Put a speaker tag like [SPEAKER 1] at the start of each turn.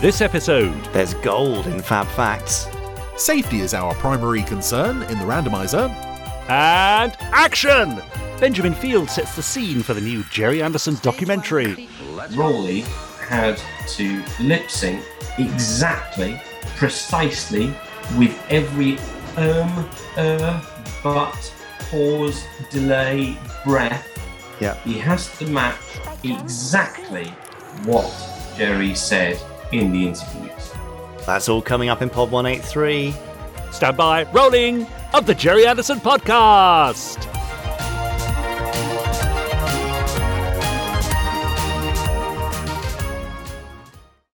[SPEAKER 1] this episode.
[SPEAKER 2] There's gold in Fab Facts.
[SPEAKER 3] Safety is our primary concern in the randomizer.
[SPEAKER 1] And action! Benjamin Field sets the scene for the new Jerry Anderson documentary.
[SPEAKER 4] Rolly had to lip sync exactly, precisely, with every um, er, but, pause, delay, breath.
[SPEAKER 2] Yeah.
[SPEAKER 4] He has to match exactly what Jerry said in the interviews.
[SPEAKER 2] That's all coming up in Pod 183.
[SPEAKER 1] Stand by, rolling of the Jerry Anderson podcast.